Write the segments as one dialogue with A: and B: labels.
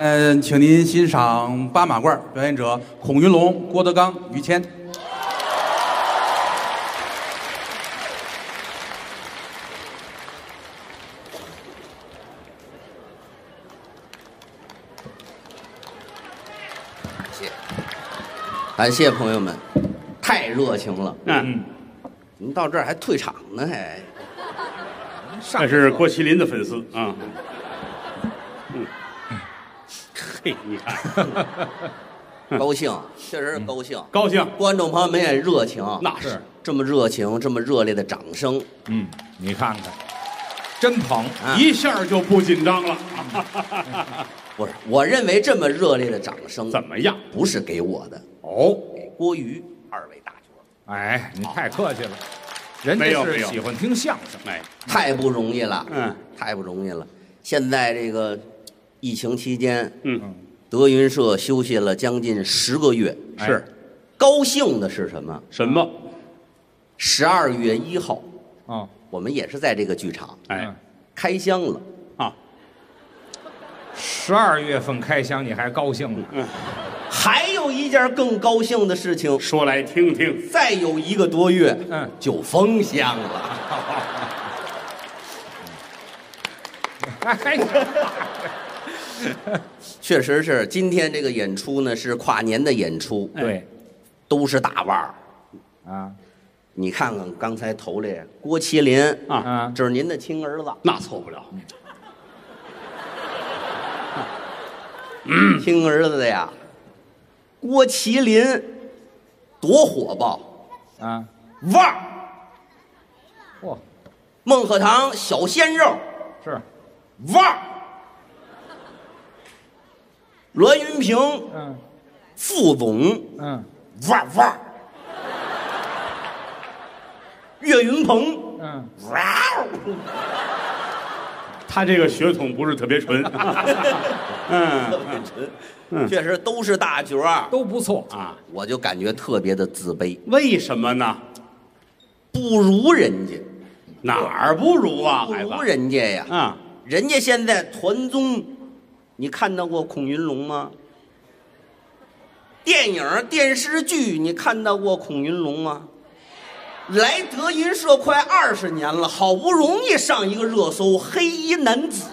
A: 嗯、请您欣赏八马褂表演者孔云龙、郭德纲、于谦。
B: 感谢朋友们，太热情了。
C: 嗯，
B: 怎么到这儿还退场呢？还
C: 那是郭麒麟的粉丝啊。嗯，嘿，你看，
B: 高兴，确实是高兴。
C: 高兴，
B: 观众朋友们也热情，
C: 嗯那是
B: 这么热情，这么热烈的掌声，
D: 嗯，你看看，真捧，
B: 啊
C: 一下就不紧张 了。
B: 不是？我认为这么热烈的掌声，
C: 怎么样？
B: 不是给我的，
D: 哦，
B: 给郭瑜二位大角，
C: 嗯
D: 哎，你太客气了，人
C: 啊没
D: 家
C: 有没
D: 是
C: 有
D: 喜欢听相声，
C: 哎，
B: 太不容易了。
C: 嗯，
B: 太不容易了。现在这个疫情期间，
C: 嗯，
B: 德云社休息了将近十个月。
D: 哎
C: 是
B: 高兴的是什么？
C: 什么？
B: 十二月一号，
D: 哦，
B: 我们也是在这个剧场
C: 哎
D: 嗯，
B: 开箱了。
C: 啊，
D: 十二月份开箱你还高兴呢？啊
B: 还有一件更高兴的事情，
C: 说来听听。
B: 再有一个多月，
D: 嗯
B: 就封箱了。
D: 哎呀，
B: 确实是，今天这个演出呢是跨年的演出，
D: 对，
B: 都是大腕儿。
C: 哎
D: 啊
B: 你看看刚才头里郭麒麟
C: 啊
D: 啊，
B: 这是您的亲儿子，
C: 那错不了，
B: 亲儿子呀，郭麒麟多火爆，
D: 啊，
B: 腕儿，
D: 嚯，
B: 孟鹤堂小鲜肉，
D: 是，
B: 腕儿，栾云平
D: 嗯
B: 副总，
D: 嗯
B: 哇哇！岳云鹏，
D: 嗯，
B: 哇哦！
C: 他这个血统不是特别 纯。嗯
B: 确实都是大角儿，
D: 都不错，
C: 啊，
B: 我就感觉特别的自卑，
C: 为什么呢？
B: 不如人家，
C: 哪儿不如啊，
B: 不
C: 孩子
B: 如？人家呀！
C: 啊，
B: 人家现在团综，你看到过孔云龙吗？电影、电视剧，你看到过孔云龙吗？来德云社快二十年了，好不容易上一个热搜，黑衣男子。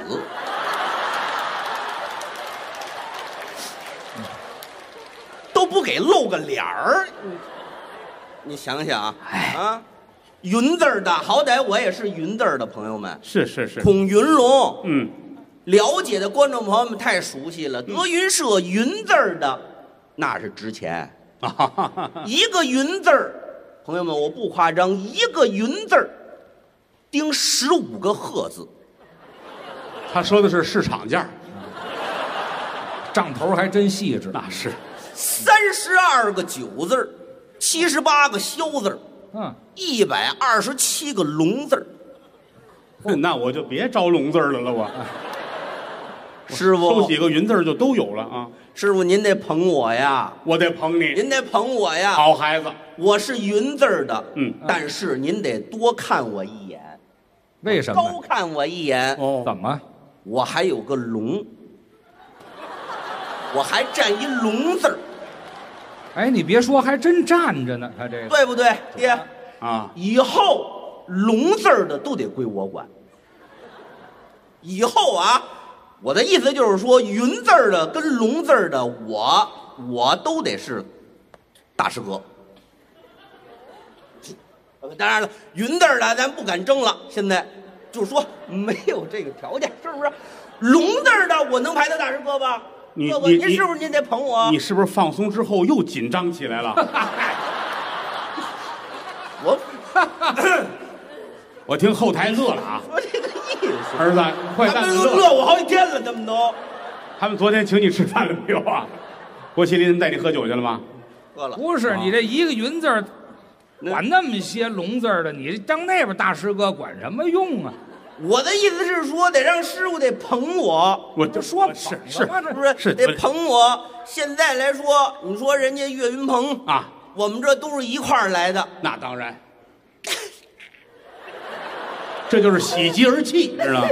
B: 都不给露个脸儿，你你想想啊，啊，云字儿的，好歹我也是云字儿的朋友们，
C: 是是是，
B: 孔云龙，
C: 嗯，
B: 了解的观众朋友们太熟悉了。德云社“云”字儿的，那是值钱。
C: 啊哈哈哈哈，
B: 一个“云”字儿，朋友们，我不夸张，一个“云”字儿，盯十五个“鹤”字。
C: 他说的是市场价，
D: 账头还真细致，
C: 那是
B: 三十二个九字儿，七十八个萧字儿，
D: 嗯，
B: 一百二十七个龙字儿。
C: 那我就别招龙字儿的 了，我
B: 师
C: 收
B: 傅
C: 几，个云字儿就都有了啊。
B: 师傅，您得捧我呀，
C: 我得捧 你，
B: 您得捧我呀。
C: 好孩子，
B: 我是“云”字儿的，
C: 嗯
B: 但是您得多看我一眼，
D: 为什
B: 高
D: 么？
B: 看我一眼。
D: 怎么？
B: 我还有个龙，我还占一龙字儿，
D: 哎，你别说，还真站着呢，他这个
B: 对不对，爹？
C: 啊，
B: 以后龙字儿的都得归我管。以后啊，我的意思就是说，云字儿的跟龙字儿的，我我都得是大师哥。当然了，云字儿的咱不敢争了，现在就是说没有这个条件，是不是？龙字儿的我能排到大师哥吧？
C: 你
B: 哥哥，
C: 你
B: 您
C: 你
B: 是不是您得捧我？
C: 你是不是放松之后又紧张起来了？
B: 我
C: 我听后台乐了啊，
B: 我这个意思，
C: 儿子，坏
B: 咱
C: 蛋
B: 们
C: 们
B: 都乐
C: 乐了。
B: 我好几天了，他们都
C: 他们昨天请你吃饭了没有啊？郭麒麟带你喝酒去了吗？
B: 饿了。
C: 啊
D: 不是你这一个云字儿，
B: 那
D: 管那么些龙字儿的，你当那边大师哥管什么用啊？
B: 我的意思是说，得让师傅得捧我，
C: 我
D: 这说
C: 是
D: 捧
C: 是
D: 了吗
B: 是
D: 这
B: 不是？
C: 是
B: 得捧我。现在来说，你说人家岳云鹏，
C: 啊，
B: 我们这都是一块儿来的，
C: 那当然，这就是喜极而泣，知道吗？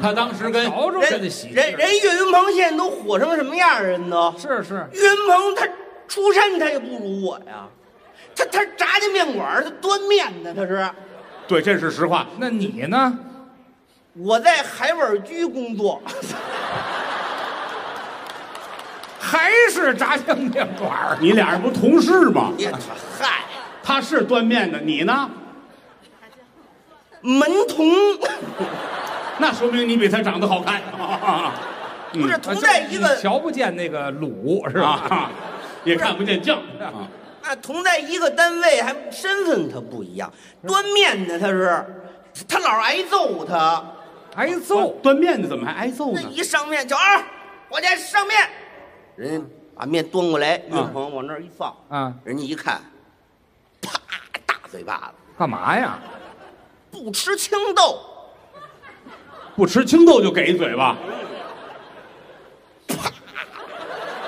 A: 他当时跟
D: 瞧着
B: 人
D: 真的喜
B: 人人岳云鹏现在都火成什么样儿啊？人都
D: 是是，
B: 岳云鹏他出身他也不如我呀，他他炸酱面馆儿他端面呢，他是。
C: 对，这是实话。
D: 那你呢？
B: 我在海碗居工作，
D: 还是炸酱面馆儿？
C: 你俩人不同事吗？
B: 也嗨，
C: 他是端面的，你呢？
B: 门童
D: 嗯
C: 那说明你比他长得好看。
B: 不是
D: 啊
B: 同
D: 就
B: 在
D: 是
B: 一
D: 你
B: 个
D: 瞧不见那个卤是
C: 是
D: 吧？
C: 吧？啊也看不见酱啊。
B: 啊，同在一个单位，还身份他不一样。端面的他是，他老挨揍他，
D: 挨揍，
C: 端面的怎么还挨揍
B: 那
C: 呢？
B: 一上面小二，我家上面，人家把面端过来，岳鹏往那儿一放，
D: 啊，
B: 人家一看，啪，大嘴巴子，
D: 干嘛呀？
B: 不吃青豆，
C: 不吃青豆就给一嘴巴。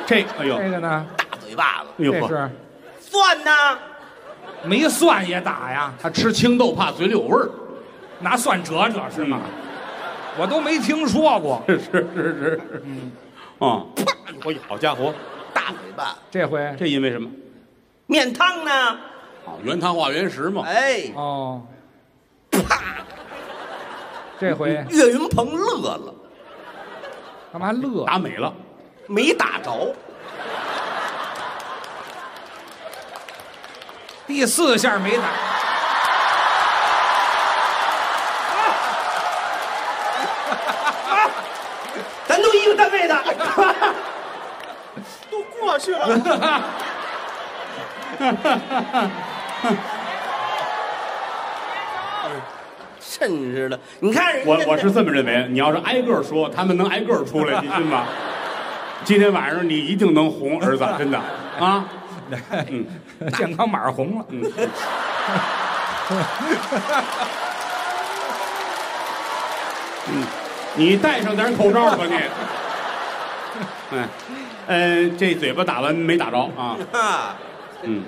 C: 这，哎呦，
D: 这
C: 哎
D: 个呢？
B: 大嘴巴子，
C: 呦
D: 这
C: 呵，
D: 是
B: 蒜呢？
D: 没蒜也打呀？
C: 他吃青豆怕嘴里有味儿。
D: 拿蒜折折是吗？我都没听说过，
C: 是是是是，嗯，啊，哎呦好家伙，
B: 大嘴巴子，
D: 这回
C: 这因为什么？
B: 面汤呢？
C: 啊，原汤化原食嘛。
B: 哎，
D: 哦，
B: 啪！
D: 这回
B: 岳云鹏乐了，
D: 干嘛乐？
C: 打美了，
B: 没打着，
D: 第四下没打，
B: 咱都一个单 位的，都过去了。哎真是的，你看人家
C: 我
B: 那
C: 我是这么认为，你要是挨个儿说，他们能挨个儿出来，你信吗？今天晚上你一定能红，儿子，真的啊，嗯，
D: 健康码红了。
C: 你戴上点口罩吧 你。哎，呃，这嘴巴打完没打着啊？
B: 啊，
C: 嗯，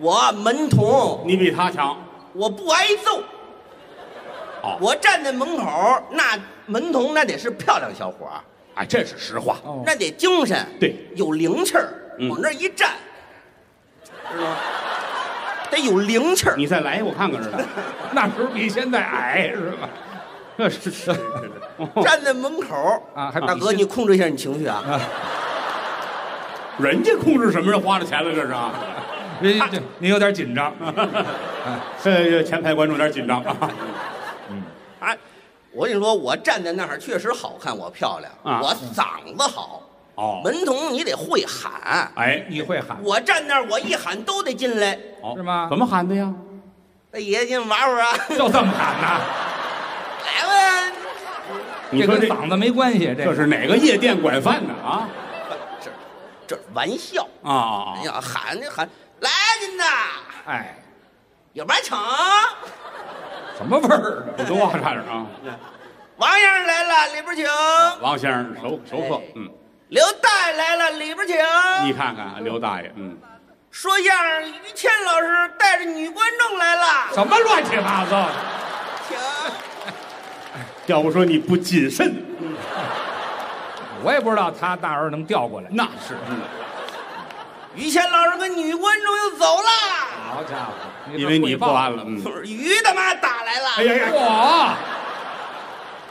B: 我门童，
C: 你比他强。
B: 我不挨揍。
C: 哦
B: 我站在门口，那门童那得是漂亮小伙儿，
C: 哎，这是实话。
D: 哦，
B: 那得精神，
C: 对，
B: 有灵气儿，
C: 嗯
B: 往那儿一站，知道吗？得有灵气儿。
C: 你再来，我看看似的。
D: 那时候比现在矮是吧？
C: 这是是是 哦
B: 站在门口
D: 啊还比
B: 大哥，
D: 现
B: 你控制一下你情绪啊！
C: 人家控制什么人花了钱了这是 啊？
D: 人家这你有点紧张，
C: 这前排观众有点紧张啊。
B: 哎，我跟你说，我站在那儿确实好看，我漂亮，
C: 啊
B: 我嗓子好。
C: 哦，
B: 门童你得会喊，
C: 哎，
D: 你会喊
B: 我站那儿我一喊都得进来。
C: 哦
D: 是吗
C: 怎么喊的呀？
B: 大爷进玩会儿啊，
D: 就这么喊呐？
B: 来吧。
C: 你
D: 这
C: 说
D: 跟
C: 这
D: 嗓子没关系，
C: 这
D: 这
C: 是哪个夜店管饭的啊？
B: 这这是玩笑，
C: 啊啊
B: 哎
C: 啊！
B: 呀，喊就喊，来您呐，
D: 哎，
B: 有白请，
D: 什么味儿啊？
C: 我跟忘了差点啊。
B: 王爷来了，里边请；
C: 王先生熟熟客，嗯，
B: 刘大爷来了，里边请。
C: 你看看啊刘大爷，嗯，
B: 说相声，于谦老师带着女观众来了，
D: 什么乱七八糟的？
B: 请。
C: 要不说你不谨慎，
D: 我也不知道他大儿能调过来。
C: 那是。嗯
B: 于谦老师跟女观众又走了，
D: 好家伙，
C: 因为你
D: 不
C: 破案了，嗯，
B: 不是于大妈打来了。
C: 哎呀呀，
D: 哇，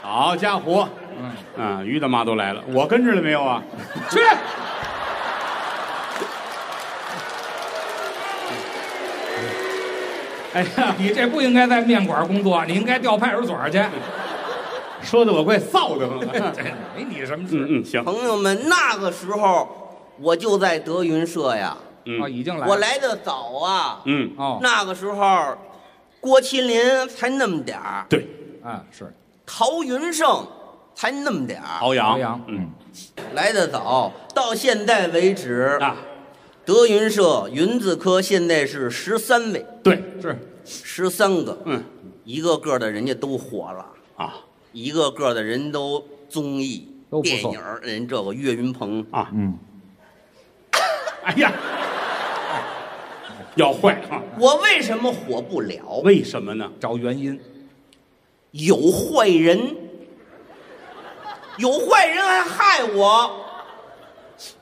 C: 好家伙，
D: 嗯，
C: 嗯，于大妈都来了，我跟着了没有啊？
D: 去，
C: 哎呀，
D: 你这不应该在面馆工作，你应该调派出所去。
C: 说的我怪臊的慌。
D: 这没你什么事。
C: 嗯嗯，行，
B: 朋友们，那个时候我就在德云社呀，
D: 哦，
C: 嗯
D: 已经来了。
B: 我来的早啊。
C: 嗯，
D: 哦，
B: 那个时候，郭麒麟才那么点儿，
C: 对，
D: 啊是
B: 陶云胜才那么点儿，
C: 朝
D: 朝
C: 阳，
D: 阳，
C: 嗯
B: 来的早。到现在为止，
C: 啊，
B: 德云社云字科现在是十三位，
C: 对，
D: 是，
B: 十三个，
C: 嗯
B: 一个个的人家都火了，
C: 啊
B: 一个个的人都综艺
D: 都、不错
B: 电影儿，人这个岳云鹏
C: 啊，
D: 嗯，
C: 哎呀， 要坏啊？
B: 我为什么火不了？
C: 为什么呢？
D: 找原因。
B: 有坏人，有坏人还害我，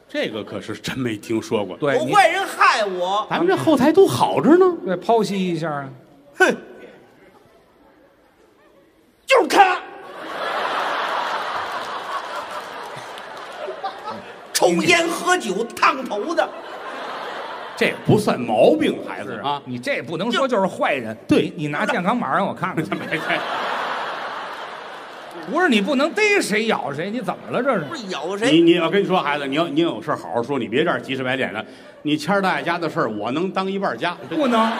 C: 这个可是真没听说过。
D: 对，
B: 有
D: 你
B: 坏人害我，
C: 咱们这后台都好着呢，
D: 对剖析一下啊，
B: 哼，就是他，抽烟喝酒烫头的，
C: 这不算毛病，孩子啊。
D: 你这不能说就是坏人。对你，你拿健康码让 我看看去。
C: 没事
D: 不是你不能逮谁咬谁，你怎么了这
B: 不
D: 是？
B: 是咬
C: 你
D: 哎
B: 谁？
C: 你，我跟你说，孩子，你要你有事儿好好说，你别这儿急赤白脸的。你谦儿大爷家的事儿，我能当一半儿家，
D: 不能，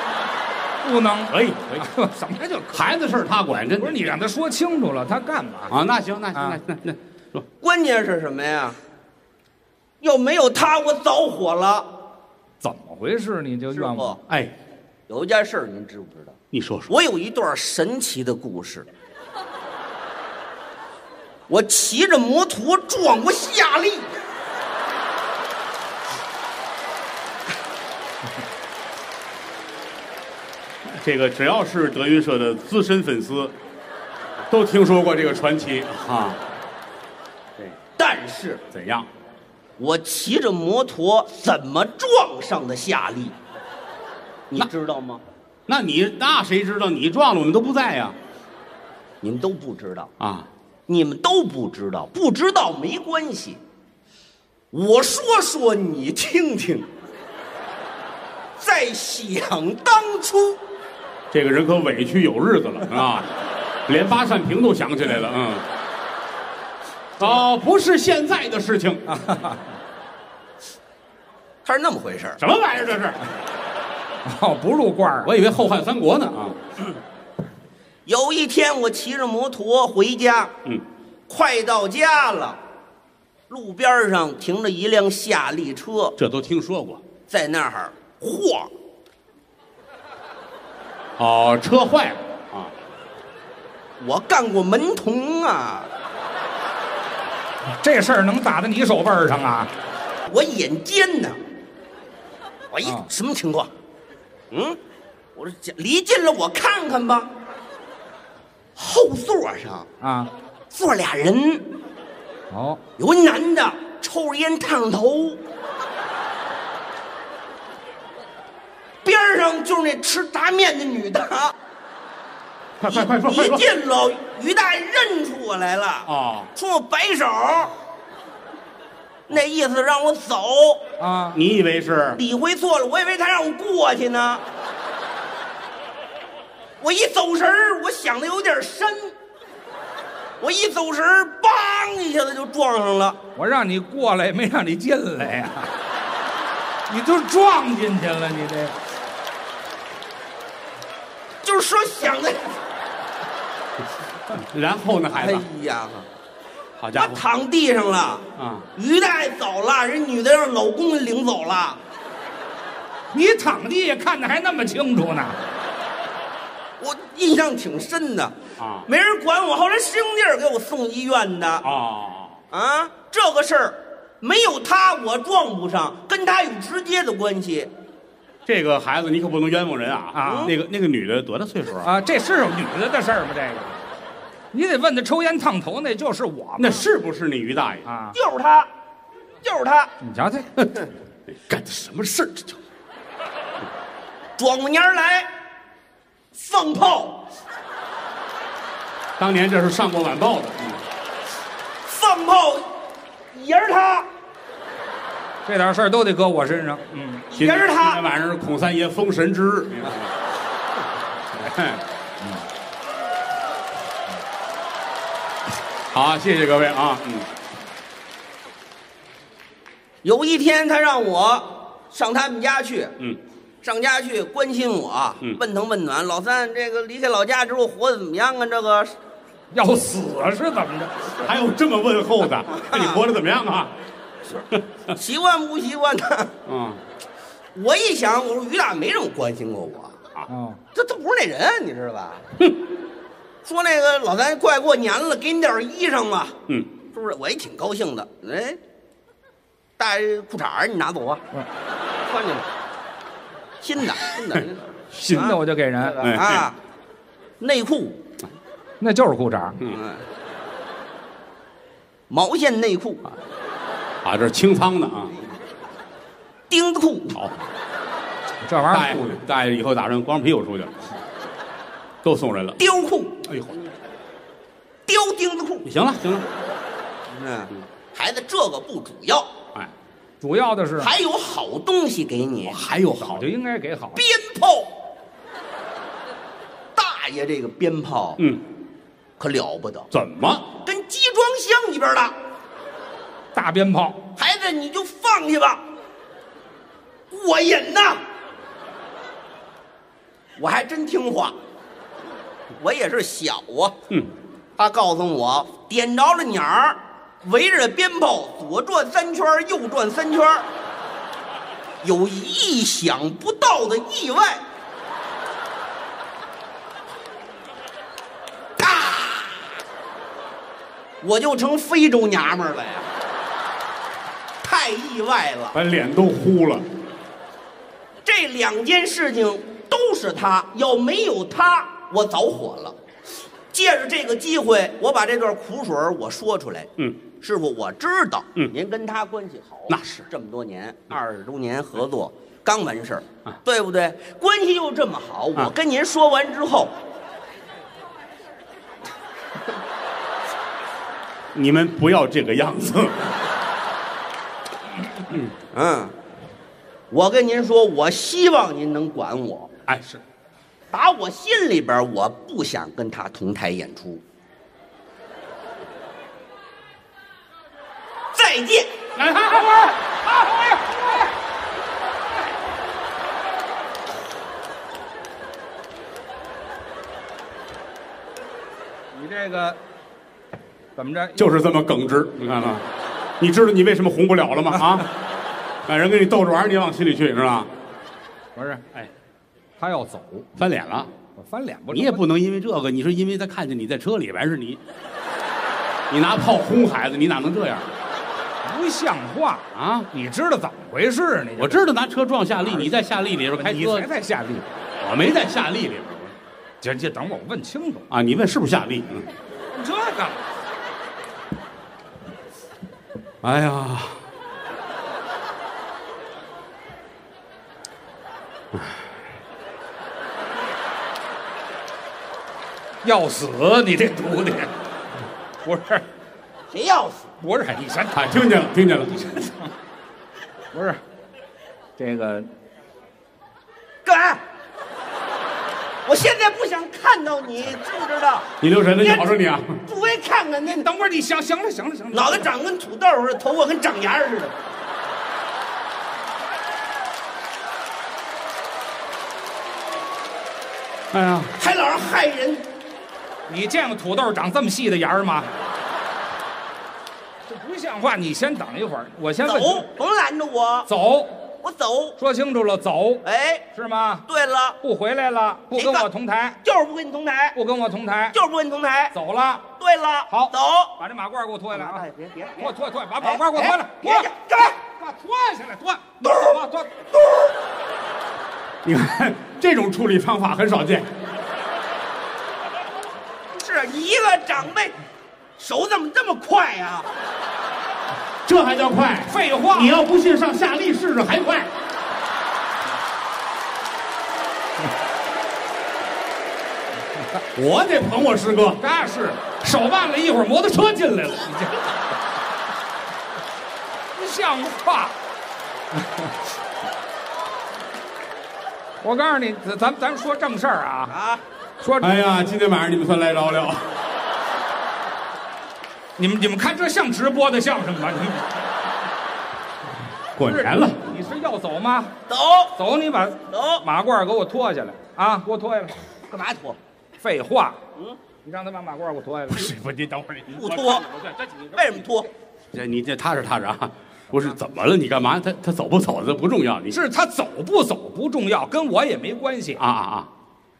D: 不能。
C: 可以可以。
D: 什么就可
C: 孩子事儿他管，真
D: 不是
C: 的
D: 你让他说清楚了，他干嘛？
C: 啊。那行那行
D: 啊
C: 那那那说
B: 关键是什么呀？要没有他，我早火了。
D: 怎么回事？你就
B: 师
D: 怨
B: 傅
D: 我？，
C: 哎，
B: 有一件事儿您知不知道？
C: 你说说，
B: 我有一段神奇的故事。我骑着摩托撞过夏利，
C: 这个只要是德云社的资深粉丝，都听说过这个传奇啊。
B: 但是
C: 怎样？
B: 我骑着摩托怎么撞上的夏利，你知道吗？
C: 那你那谁知道你撞了，我们都不在呀
B: 你们都不知道，
C: 啊。
B: 你们都不知道，不知道没关系。我说说你听听，在想当初，
C: 这个人可委屈有日子了啊，连八扇屏都想起来了，嗯。哦，不是现在的事情，啊
B: 它是那么回事儿。
C: 什么玩意儿这是？
D: 哦，不入罐儿。
C: 我以为后汉三国呢啊。
B: 有一天，我骑着摩托回家，
C: 嗯，
B: 快到家了，路边上停着一辆夏利车，
C: 这都听说过。
B: 在那儿晃，
C: 哦，车坏了啊，
B: 我干过门童啊，
D: 这事儿能打在你手背儿上啊？
B: 我眼尖呐，我一、
D: 啊
B: 什么情况？嗯，我说这离近了，我看看吧。后座上
D: 啊，
B: 坐俩人，
D: 哦，
B: 有一男的抽着烟烫着头，边儿上就是那吃炸面的女的。
C: 快快快说快
B: 一
C: 说！
B: 进楼，于大爷认出我来了，
C: 哦，
B: 冲我摆手，那意思让我走。
D: 啊，
C: 你以为是
B: 理会错了，我以为他让我过去呢。我一走神儿，我想的有点深。我一走神儿，梆一下子就撞上了。
D: 我让你过来，没让你进来呀、你就撞进去了，你这
B: 就是说想的，
C: 然后呢，孩
B: 哎
C: 子？
B: 呀，
C: 好家
B: 我
C: 伙
B: 躺地上了。
C: 啊！
B: 于大爷走了，人女的让老公给领走了。
D: 你躺地下看的还那么清楚呢？
B: 我印象挺深的
C: 啊
B: 没人管我。后来师兄弟儿给我送医院的
C: 哦，
B: 啊，这个事儿没有他我撞不上，跟他有直接的关系。
C: 这个孩子你可不能冤枉人啊！
D: 啊
C: 那个那个女的多大岁数啊？
D: 啊，这是女的的事儿吗？这个，你得问他抽烟烫头那就是我吗
C: 那是不是你于大爷？
D: 啊，
B: 就是他，就是他，
D: 你瞧瞧，
C: 干的什么事儿？这就
B: 转过年儿来放炮，
C: 当年这是上过晚报的。嗯
B: 放炮也是他，
D: 这点事儿都得搁我身上。嗯，
C: 今
B: 也是
C: 今天
B: 他，
C: 晚上是孔三爷封神之日。 哎好，谢谢各位啊，嗯，
B: 有一天他让我上他们家去，
C: 嗯，
B: 上家去关心我
C: 嗯，
B: 问疼问暖。老三，这个离开老家之后活得怎么样啊？这个
D: 要死是怎么着？
C: 还有这么问候的，看你活得怎么样啊？
B: 习惯不习惯呢？
C: 嗯，
B: 我一想，我说于大没这么关心过我，
D: 哦，
B: 这这不是那人，你知道 吧？说那个老三快过年了，给你点儿衣裳吧。
C: 嗯，
B: 是不是？我也挺高兴的。哎，大爷裤衩儿你拿走啊，穿去吧。新的，新 的，新的
D: 新的我就给人，
C: 哎
B: 啊，内裤，
D: 那就是裤衩。
B: 嗯，毛线内裤、
C: 啊，这是清仓的啊。
B: 丁字裤、
C: 好，
D: 这玩
C: 大
D: 意儿
C: 爷
D: 酷的，
C: 大爷以后打算光屁股出去了，都送人了。
B: 貂裤、
C: 哎呦，
B: 貂丁字裤。
C: 行了行了，
B: 嗯，孩子，这个不主要，
C: 哎，
D: 主要的是
B: 还有好东西给你，
C: 还有好
D: 就
C: 的，
D: 应该给好的
B: 鞭炮。 大爷，这个鞭炮
C: 嗯，
B: 可了不得，
C: 怎么
B: 跟集装箱里边的。
D: 大鞭炮，
B: 孩子，你就放下吧，过瘾呐！我还真听话，我也是小啊。
C: 嗯，
B: 他告诉我，点着了鸟儿，围着鞭炮左转三圈，右转三圈，有意想不到的意外。啊！我就成非洲娘们儿了呀！太意外了。
C: 把脸都糊了？
B: 这两件事情都是他，要没有他，我早火了。借着这个机会，我把这段苦水儿我说出来。
C: 嗯，
B: 师傅，我知道，
C: 嗯
B: 您跟他关系好，
C: 那是嗯
B: 这么多年，二十周年合作刚完事儿，对不对？关系又这么好，我
C: 啊
B: 跟您说完之后，
C: 你们不要这个样子。
B: 嗯，我跟您说，我希望您能管我，
C: 哎，是，
B: 打我心里边儿，我不想跟他同台演出。再见。
C: 哎，等会儿
D: 你这个怎么着？
C: 就是这么耿直，你看看，你知道你为什么红不了了吗？啊，哎，人跟你逗着玩儿，你也往心里去是吧？
D: 不是，
C: 哎，
D: 他要走，
C: 翻脸了。
D: 我翻脸不？
C: 你也不能因为这个，你说因为他看见你在车里边是 你，你拿炮轰孩子，你哪能这样
D: 不像话，
C: 啊？
D: 你知道怎么回事？你
C: 我知道拿车撞夏利，你在夏利里边开
D: 哎你
C: 车
D: 才，在下地，
C: 我没在夏利里边
D: 这这等会儿我问清楚，
C: 啊。你问是不是夏利？嗯
D: 这个
C: 哎呀，
D: 要死啊你这徒弟，不是
B: 谁要死？
D: 不是，你先
C: 啊，听见了，听见 了。
D: 不是这个
B: 干！我现在不想看到你，知不知道？
C: 你留神了，咬着你啊！
B: 不为看看那
D: 等会儿你想行了行了行了，
B: 脑袋长跟土豆似的，头发跟长牙似的。
C: 哎呀，
B: 还老是害人，
D: 你见过土豆长这么细的芽儿吗？这不像话！你先等一会儿，我先问
B: 走，甭拦着我，
D: 走，
B: 我走。
D: 说清楚了，走
B: 哎，
D: 是吗？
B: 对了，
D: 不回来了，不跟我同台，
B: 就是不跟你同台，
D: 不跟我同台，
B: 就是不跟你同台。
D: 走了，
B: 对了，
D: 好
B: 走。
D: 把这马褂给我脱下来啊！
B: 哎别别
D: 给我脱脱，把马褂给我脱下来，
B: 哎别
D: 脱
B: 别，干嘛？
D: 给我脱下来，脱，脱脱，
C: 你看这种处理方法很少见。
B: 是你一个长辈，手怎么这么快呀、
C: 这还叫快？
D: 废话
C: 你要不信，上夏利试试还快。 我得捧我师哥，
D: 那是手腕了一会儿，摩托车进来了，你这不像话。我告诉你，咱咱咱说正事儿啊，
B: 啊？
D: 说
C: 哎呀，今天晚上你们算来着了。
D: 你们你们看这像直播的相声吗？你们
C: 过年了，
D: 你是要走吗？
B: 走
D: 走，你把
B: 走，
D: 马褂给我脱下来啊！给我脱下来。
B: 干嘛脱？
D: 废话，嗯，你让他把马褂给我脱下来。
C: 师傅，你等会儿你
B: 不脱？为什么脱？
C: 这你这踏实踏实啊！不是怎么了？你干嘛？他他走不走？这不重要。你
D: 是他走不走不重要，跟我也没关系。
C: 啊啊啊！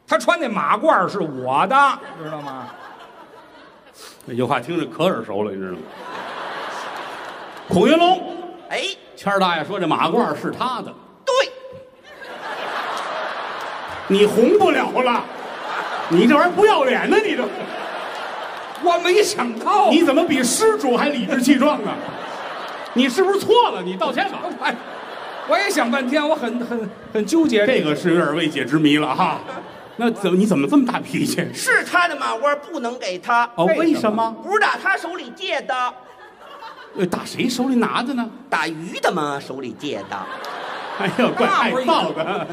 D: 他穿那马褂是我的，知道吗？
C: 这句话听着可耳熟了，你知道吗？孔云龙，
B: 哎，
C: 谦儿大爷说这马褂是他的，
B: 对，
C: 你红不了了。你这玩意儿不要脸呢、你这
D: 我没想到，
C: 你怎么比失主还理直气壮啊？你是不是错了？你道歉吧。
D: 哎，我也想半天，我很很很纠结
C: 这个是有点未解之谜了哈。那怎么你怎么这么大脾气？
B: 是他的马褂不能给他，
C: 哦，
D: 为
C: 为
D: 什
C: 什么？
B: 不是打他手里借的，
C: 呃打谁手里拿的呢？
B: 打鱼的嘛手里借的。
C: 哎呦，怪
D: 那
C: 爱
D: 我也
C: 臊的。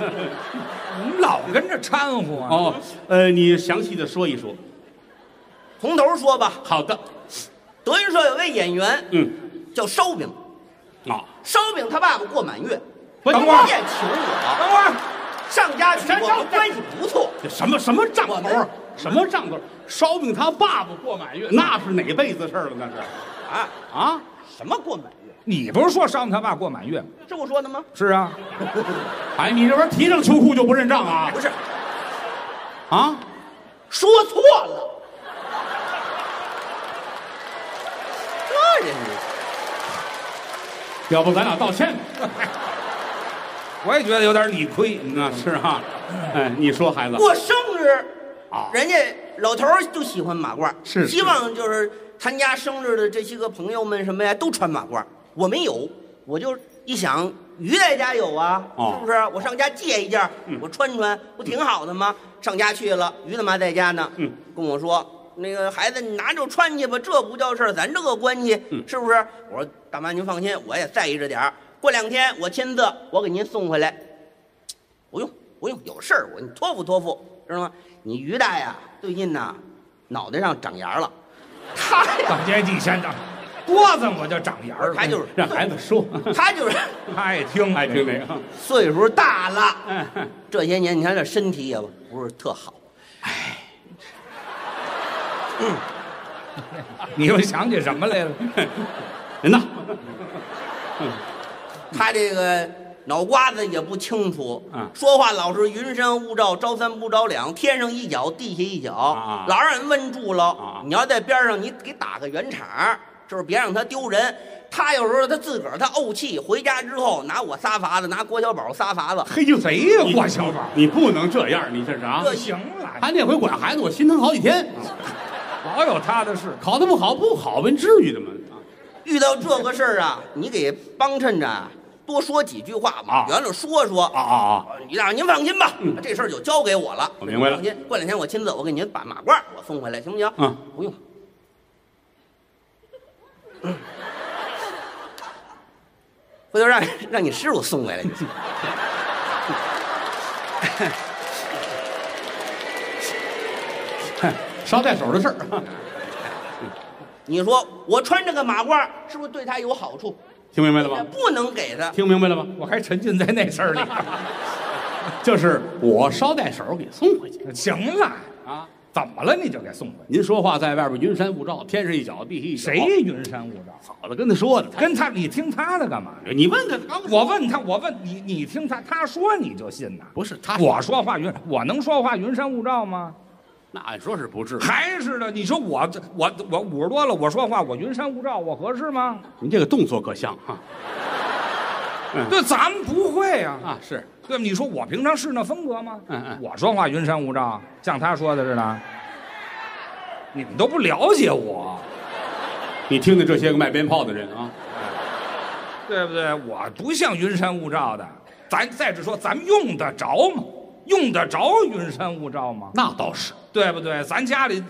D: 你们老跟着掺和啊。
C: 哦，呃，你详细的说一说。
B: 从头说吧，
C: 好的，
B: 德云社有位演员
C: 嗯，
B: 叫烧饼，
C: 啊，
B: 烧饼他爸爸过满月，
C: 不
B: 当
C: 等会儿
B: 面请我
D: 等会儿，
B: 上家去
C: 站
B: 我
C: 站
B: 们关系不错，
C: 这什么什么账头啊？什么账头？烧饼他爸爸过满月，那是哪辈子事儿了？那是
B: 啊，
C: 啊，
B: 什么过满月？
D: 你不是说上他爸过满月吗？
B: 这我说的吗？
D: 是啊，
C: 哎，你这玩意儿提上秋裤就不认账啊
B: 不？是，
C: 啊，
B: 说错 了。这人是
C: 要不咱俩道歉吧？
D: 我也觉得有点理亏。
C: 那是哈、哎，你说孩子，
B: 过生日
C: 啊
B: 人家老头儿就喜欢马褂，
C: 是是
B: 希望就是参加生日的这些个朋友们什么呀都穿马褂，我没有，我就一想于大家有啊，
C: 哦
B: 是不是？我上家借一件儿，
D: 嗯
B: 我穿穿不挺好的吗？上家去了，于大妈在家呢，
C: 嗯，
B: 跟我说。那个孩子，你拿着穿去吧，这不叫事儿，咱这个关系、
D: 嗯
B: 是不是？我说大妈，您放心，我也在意着点儿。过两天我签字，我给您送回来。不用不用，有事儿我你托付托付，知道吗？你于大呀，最近呐，脑袋上长芽了，他呀，
D: 当街底先当，多子我就长眼儿了。
B: 他就是
C: 让孩子说，
B: 他就是
D: 爱听
C: 爱听啊哪个？
B: 岁数大了，
C: 哎
B: 这些年你看这身体也不是特好，
D: 你又想起什么来了？
C: 人呐，
B: 他这个脑瓜子也不清楚，
C: 嗯
B: 说话老是云山雾罩，招三不着两，天上一脚，地下一脚，
C: 啊
B: 老让人问住了。
C: 啊
B: 你要在边上，你给打个圆场儿，就是别让他丢人。他有时候他自个儿他怄气，回家之后拿我撒法子，拿郭小宝撒法子，
D: 嘿呦，谁呀
C: 你
D: 郭小宝？
C: 你不能这样，你这是啊？
B: 这
D: 行了，
C: 他那回管孩子，我心疼好几天。
D: 老有他的事。
C: 考得不好不好呗，至于的吗？
B: 遇到这个事儿啊，你给帮衬着啊多说几句话嘛
C: 啊，
B: 圆了说说。
C: 啊啊啊！
B: 于大人您放心吧，这事儿就交给我了。
C: 嗯我明白了
B: 放心，过两天我亲自我给您把马褂我送回来，行不行？
C: 嗯，
B: 不用。嗯回头让让你师傅送回来就行。
C: 捎带手的事儿，
B: 你说我穿这个马褂是不是对他有好处？
C: 听明白了吧？
B: 不能给他，
C: 听明白了吧？
D: 我还沉浸在那事儿里。
C: 就是我捎带手给送回去
D: 行了，
C: 啊。
D: 怎么了你就给送回去？
C: 您说话在外边云山雾罩，天上一脚，地下一脚。
D: 谁云山雾罩？
C: 好了，跟他说的，
D: 跟他，你听他的干嘛？
C: 他你问他，他不
D: 我问他，我问你，你听他，他说你就信呐？
C: 不是他
D: 我说话云，我能说话云山雾罩吗？
C: 那按说是不至于。
D: 还是的，你说我这我我五十多了，我说话我云山雾罩，我合适吗？
C: 您这个动作可像哈
D: 对，咱们不会啊。
C: 啊是，
D: 对吧？你说我平常是那风格吗？
C: 嗯嗯
D: 我说话云山雾罩，像他说的似的。你们都不了解我，
C: 你听听这些个卖鞭炮的人啊，
D: 对不对？我不像云山雾罩的。咱再者说，咱们用得着吗？用得着云山雾罩吗？
C: 那倒是
D: 对不对？咱家里，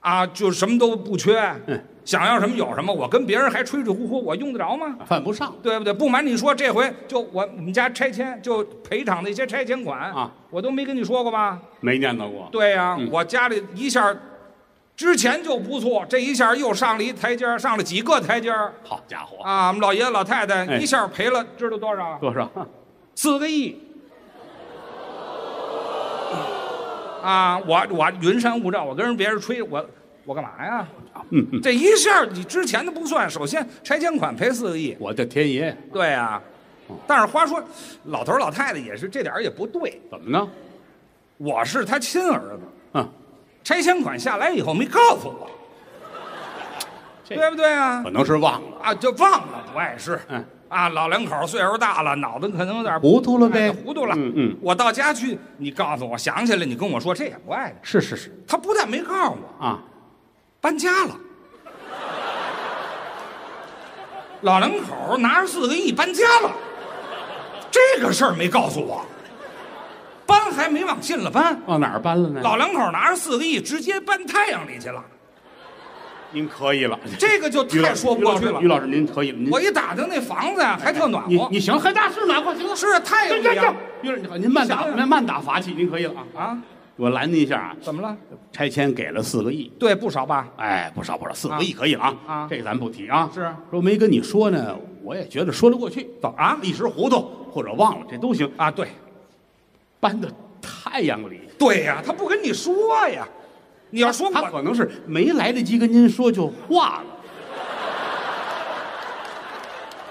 D: 啊，就什么都不缺，
C: 嗯
D: 想要什么有什么。我跟别人还吹吹呼呼，我用得着吗？
C: 犯不上。
D: 对不对？不瞒你说，这回就我我们家拆迁，就赔偿那些拆迁款
C: 啊，
D: 我都没跟你说过吧？
C: 没念叨过，
D: 对呀、
C: 嗯
D: 我家里一下儿，之前就不错，这一下儿又上了一台阶儿，上了几个台阶儿
C: 好家伙，
D: 啊！我们老爷子老太太
C: 哎
D: 一下儿赔了，知道多少啊？
C: 多少？
D: 四个亿。啊，我我云山雾罩，我跟人别人吹我我干嘛呀？
C: 嗯嗯，
D: 这一下儿你之前的不算，首先拆迁款赔四个亿，
C: 我的天爷，
D: 对
C: 啊
D: 呀、但是话说，老头儿老太太也是这点儿也不对，
C: 怎么呢？
D: 我是他亲儿子，
C: 嗯，
D: 拆迁款下来以后没告诉我，
C: 这
D: 对不对啊
C: 可？能是忘了，
D: 啊，就忘了不碍事。
C: 嗯，
D: 啊，老两口岁数大了，脑子可能有点
C: 糊涂了呗
D: 哎糊涂了。
C: 嗯嗯
D: 我到家去，你告诉我想起来，你跟我说这也不碍着。
C: 是是是
D: 他不但没告诉我，
C: 啊，
D: 搬家了。老两口拿着四个亿搬家了，这个事儿没告诉我。搬还没往近了搬，
C: 往哪儿搬了呢？
D: 老两口拿着四个亿直接搬太阳里去了，
C: 您可以了，
D: 这个就
C: 于老
D: 太
C: 师
D: 说不过去
C: 于。
D: 了
C: 老师，于老师您可以了，您
D: 我一打听那房子啊呀，还特暖
C: 你
D: 和。
C: 你行，还大事哪块行了？
D: 是啊太阳
C: 行
D: 不一
C: 行
D: 样
C: 行，于老师您好，您慢打
D: 你想
C: 慢慢打法器，您可以了啊。
D: 啊？
C: 我拦您一下啊，
D: 怎么了？
C: 拆迁给了四个亿，
D: 对，不少吧？
C: 哎，不少不少，四
D: 啊
C: 个亿可以了啊。
D: 啊
C: 这咱不提啊。
D: 是
C: 说没跟你说呢，我也觉得说得过去。走啊，一时糊涂或者忘了，这都行。
D: 啊，对，
C: 搬到太阳里，
D: 对呀，他不跟你说呀。你要说
C: 他
D: 我，
C: 可能是没来得及跟您说就化了。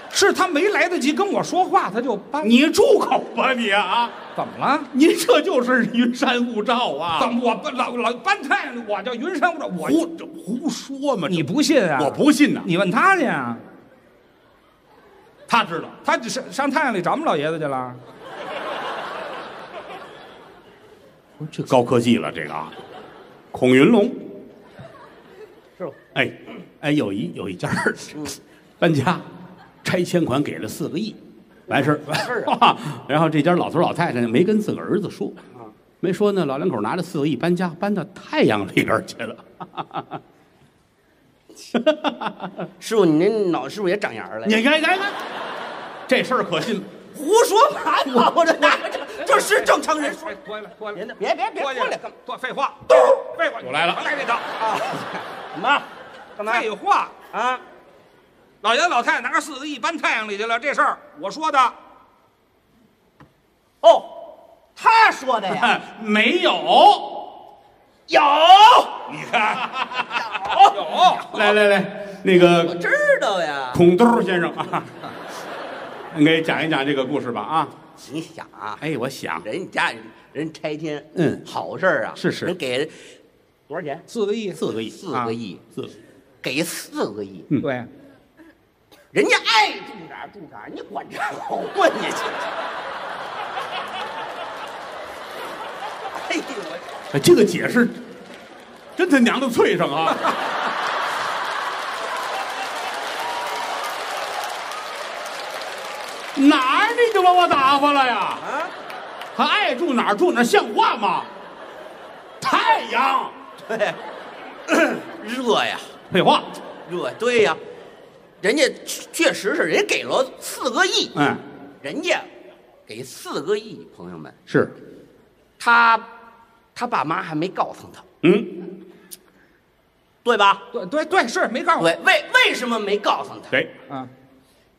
D: 是他没来得及跟我说话，他就搬。
C: 你住口吧你啊！
D: 怎么了？
C: 您这就是云山雾罩啊！
D: 怎么我搬老老搬太阳里，我叫云山雾罩，我
C: 胡这胡说嘛？这
D: 你不信啊？
C: 我，不信呐！
D: 你问他去啊。
C: 他知道，
D: 他只上上太阳里找我们老爷子去了。
C: 我说这高科技了，这个啊，孔云龙
B: 是吧？
C: 哎哎，有一有一家儿 搬家，拆迁款给了四个亿，完事儿完
B: 事儿
C: 啊。 然后这家老头老太太没跟自个儿子说，没说呢，老两口拿着四个亿搬家，搬到太阳里边儿去了。
B: 师傅，你那脑是不是也长芽儿了？
C: 你看看看，这事儿可信吗？
B: 胡说八道！我这这这是正常人说。
D: 过来，过来，
B: 别别别别过来！干
D: 多废话，废话，
C: 又来了
D: 来这套
B: 嘛？干嘛
D: 废话，
B: 啊？
D: 老爷子老太太拿着四个亿搬太阳里去了，这事儿我说的，
B: 哦，他说的 呀。
C: 哎没有。
B: 有，哦
C: 你看，
D: 有
C: 来来来，那个
B: 我知道呀。
C: 孔兜儿先生啊，你给讲一讲这个故事吧啊！
B: 你想啊，
C: 哎，我想
B: 人家人人拆迁，
C: 嗯
B: 好事儿啊，
C: 是是
B: 人给人多少钱？
D: 四个亿，
C: 四个亿，啊
B: 四个亿，
C: 四个亿
B: 给四个亿，
C: 嗯
D: 对，
B: 人家爱住哪儿住哪儿，你管着吗？你这。哎呦我，
C: 哎这个解释真他娘的脆生啊！ 哪儿你就把我打发了呀？
B: 啊，
C: 还爱住哪儿住哪儿，像话吗？太阳，
B: 对，哎热呀，
C: 废话，
B: 热，对呀，人家确确实是人家给了四个亿，
C: 嗯，
B: 人家给四个亿，朋友们，
C: 是，
B: 他他爸妈还没告诉他，
C: 嗯，
B: 对吧？
D: 对对对，是没告诉我，
B: 对，为为什么没告诉他？
C: 对，
D: 啊，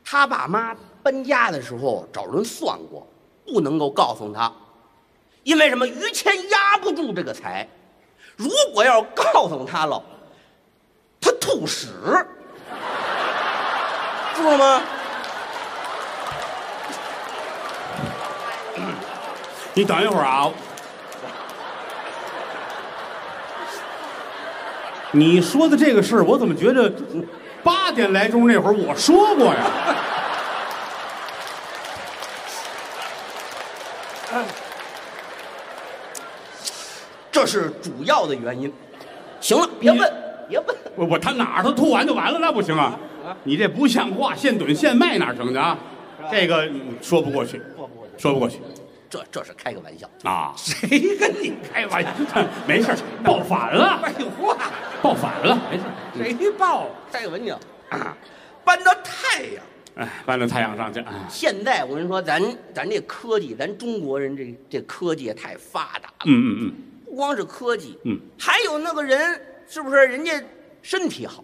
B: 他爸妈搬家的时候找人算过，不能够告诉他，因为什么？于谦压不住这个财，如果要告诉他了，他吐 屎，知道吗？
C: 你等一会儿啊。你说的这个事儿，我怎么觉着八点来钟那会儿我说过呀？
B: 这是主要的原因。行了，别问，别问，
C: 我我他哪儿他吐完就完了，那不行啊！你这不像话，现怼现卖哪儿成的啊？这个嗯说不过去，说不过去
B: 这这是开个玩笑。
C: 啊！
D: 谁跟你
C: 开玩笑，没事儿，爆反了，
D: 废话？
C: 爆反了，没事儿。
D: 谁报？
B: 开个玩笑 啊！搬到太阳。
C: 哎，搬到太阳上去啊！
B: 现在我跟你说，咱咱这科技，咱中国人这这科技也太发达了，
C: 嗯嗯嗯，
B: 不光是科技，
C: 嗯，
B: 还有那个人是不是人家身体好，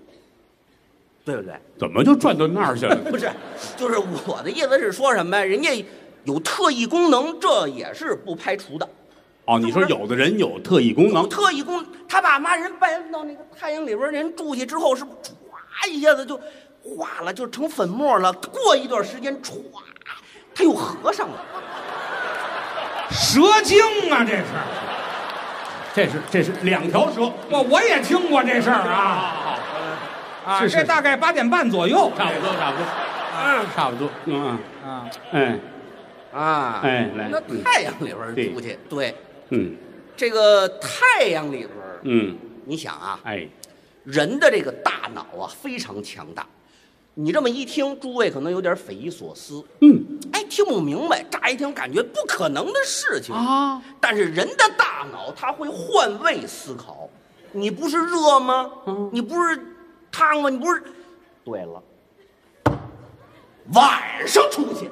B: 对不对？
C: 怎么就转到那儿去了？
B: 不是，就是我的意思是说什么呀？人家有特异功能，这也是不排除的。
C: 哦，你说有的人有特异功
B: 有
C: 能，
B: 特异功，他爸妈人搬到那个太阳里边，人住去之后，是不是歘一下子就化了，就成粉末了？过一段时间，歘，他又合上了。
D: 蛇精啊，这是
C: 这是这是两条蛇。
D: 我我也听过这事儿啊啊，
C: 是是
D: 这大概八点半左右，
C: 差不多，差不多，差不多，嗯，
D: 啊，
C: 哎
B: 啊，
C: 哎，来
B: 那，
C: 嗯
B: 太阳里边儿出去，对，
C: 嗯
B: 这个太阳里边儿，
C: 嗯，
B: 你想啊，
C: 哎，
B: 人的这个大脑啊非常强大。你这么一听，诸位可能有点匪夷所思，
C: 嗯，
B: 哎，听不明白，乍一听感觉不可能的事情
C: 啊。
B: 但是人的大脑它会换位思考，你不是热吗？
C: 嗯
B: 你不是烫吗？你不是？对了，晚上出去，